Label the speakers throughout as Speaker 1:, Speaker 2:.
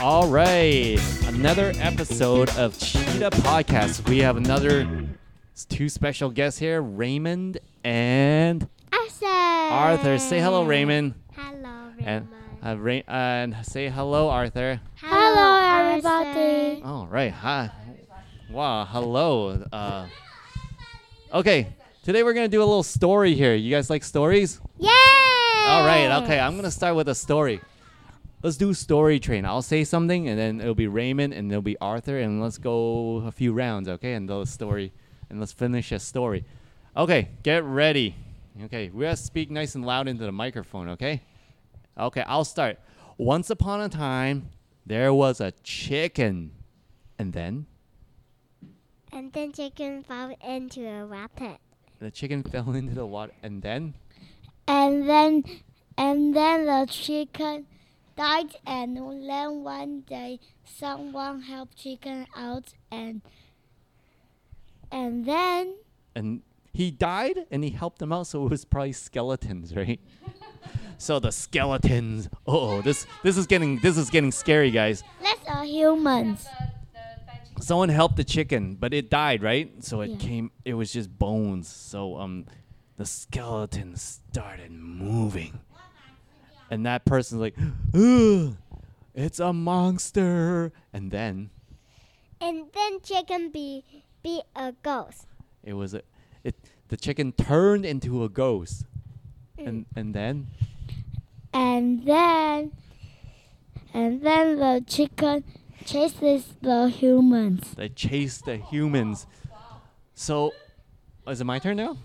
Speaker 1: All right, another episode of Cheetah Podcast. We have another s- two special guests here, Raymond and
Speaker 2: Arthur.
Speaker 1: Arthur. Say hello, Raymond,
Speaker 2: Hello, Raymond.
Speaker 1: and uh, Ray- and say hello, Arthur.
Speaker 2: hello, everybody.
Speaker 1: All right, hi. Wow, hello. Uh, okay, today we're gonna do a little story here. You guys like stories?
Speaker 2: Yay!
Speaker 1: All right, okay. I'm gonna start with a story. Let's do story train. I'll say something, and then it'll be Raymond, and it'll be Arthur, and let's go a few rounds, okay? And the story, and let's finish a story. Okay, get ready. Okay, we gotta speak nice and loud into the microphone, okay? Okay, I'll start. Once upon a time, there was a chicken, and then
Speaker 2: And then chicken fell into a rabbit.
Speaker 1: the chicken fell into the water, and then
Speaker 2: And then, and then the chicken died. And then one day, someone helped chicken out. And and then
Speaker 1: and he died and he helped them out so it was probably skeletons right so the skeletons oh this this is getting this is getting scary guys
Speaker 2: let's are humans.
Speaker 1: someone helped the chicken but it died right so it
Speaker 2: Yeah.
Speaker 1: came it was just bones so um the skeleton started moving and that person's like Ugh, it's a monster and then
Speaker 2: And then chicken be be a ghost.
Speaker 1: it was a, it the chicken turned into a ghost and and then
Speaker 2: And then, and then the chicken chases the humans.
Speaker 1: They chase the humans. So, is it my turn now?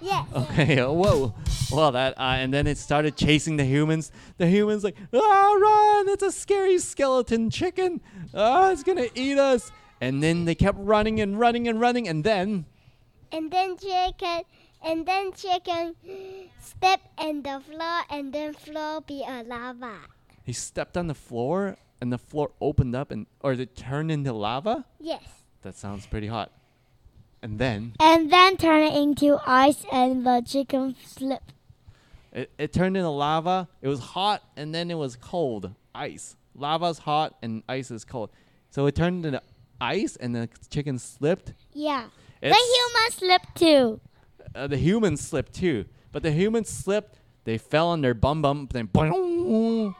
Speaker 2: Yes.
Speaker 1: Okay. uh, Whoa. Well, that uh, and then it started chasing the humans. The humans like, ah, run! It's a scary skeleton chicken. Ah, it's gonna eat us. And then they kept running and running and running. And then,
Speaker 2: And then chicken, and then chicken step in the floor, and then floor be a lava.
Speaker 1: he stepped on the floor, and the floor opened up, and or it turned into lava.
Speaker 2: Yes.
Speaker 1: That sounds pretty hot. And then
Speaker 2: And then turn it into ice, and the chicken slip.
Speaker 1: It, it turned into lava. It was hot and then it was cold. Ice. Lava's hot and ice is cold. So it turned into ice and the chicken slipped.
Speaker 2: Yeah. the
Speaker 1: It's-
Speaker 2: human slip too.
Speaker 1: Uh, the humans slipped too. But the humans slipped. They fell on their bum bum. Then boing.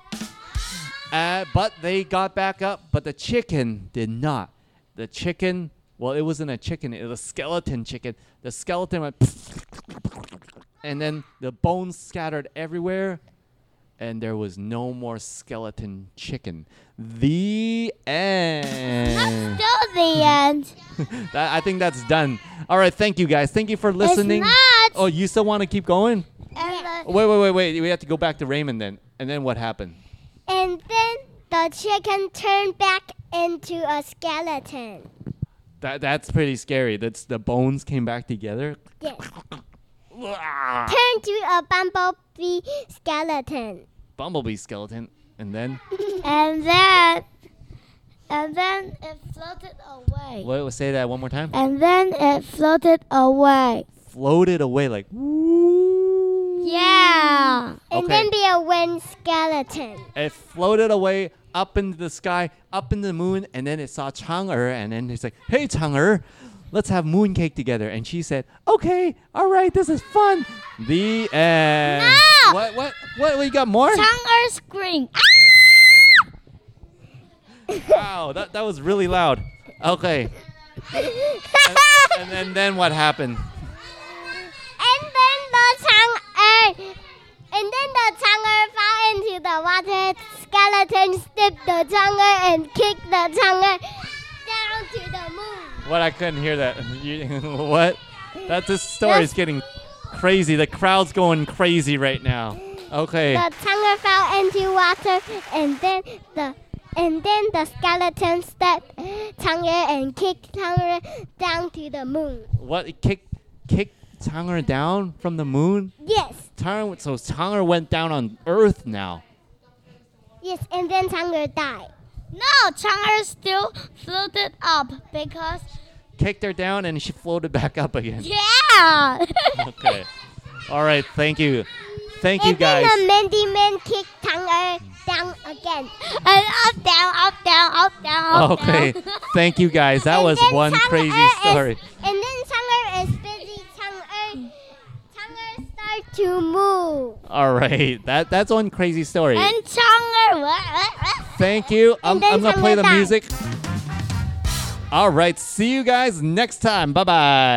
Speaker 1: Uh, but they got back up. But the chicken did not. The chicken, well, it wasn't a chicken. It was a skeleton chicken. The skeleton went. And then the bones scattered everywhere. And there was no more skeleton chicken. The end.
Speaker 2: Till the end.
Speaker 1: That- I think that's done. All right, thank you guys. Thank you for listening.
Speaker 2: not.
Speaker 1: Oh, you still want to keep going?
Speaker 2: And the
Speaker 1: Wait, wait, wait, wait. We have to go back to Raymond then. And then what happened?
Speaker 2: And then the chicken turned back into a skeleton.
Speaker 1: That that's pretty scary. That's the bones came back together.
Speaker 2: Yes. turned to a bumblebee skeleton.
Speaker 1: Bumblebee skeleton. And then
Speaker 2: and then and then it floated away.
Speaker 1: what say that one more time.
Speaker 2: And then it floated away.
Speaker 1: Floated away like woo.
Speaker 2: Yeah. And
Speaker 1: Okay.
Speaker 2: then be a wind skeleton.
Speaker 1: It floated away up into the sky, up in the moon, and then it saw Chang'er, and then it's like, "Hey Chang'er, let's have mooncake together." And she said, "Okay, all right, this is fun." The end.
Speaker 2: No!
Speaker 1: What? What? What? We got more?
Speaker 2: Chang'e scream.
Speaker 1: wow, that that was really loud. Okay, and then then what happened?
Speaker 2: And then the chang'e, and then the chang'e fell into the water. Skeleton stepped the chang'e and kicked the chang'e down to the moon.
Speaker 1: What? I couldn't hear that. You, what? That this story is getting crazy. The crowd's going crazy right now. Okay.
Speaker 2: The chang'e fell into water, and then the and then the skeleton stepped chang'e and kicked chang'e down to the moon.
Speaker 1: What? It kicked kicked Chang'er Er down from the moon.
Speaker 2: Yes,
Speaker 1: Chang'er, so Chang'er went down on Earth now.
Speaker 2: yes, and then chang'e died. No, chang'e still floated up because
Speaker 1: Kicked her down and she floated back up again.
Speaker 2: yeah.
Speaker 1: Okay. All right. Thank you. Thank you
Speaker 2: And then
Speaker 1: guys.
Speaker 2: the Mandy Man kicked Tanger down again. And up, down, up, down, up, down, up,
Speaker 1: Okay.
Speaker 2: down.
Speaker 1: Thank you guys. That
Speaker 2: And
Speaker 1: was
Speaker 2: then
Speaker 1: one
Speaker 2: Chang'e
Speaker 1: crazy
Speaker 2: is-
Speaker 1: story.
Speaker 2: and then Chang'e is busy. Chang'e, Chang'e start to move.
Speaker 1: All right. That that's one crazy story.
Speaker 2: And Chang'e, what, what, what?
Speaker 1: Thank you. I'm,
Speaker 2: And then
Speaker 1: I'm going to play
Speaker 2: Chang'e
Speaker 1: the
Speaker 2: died.
Speaker 1: music. All right. See you guys next time. Bye bye.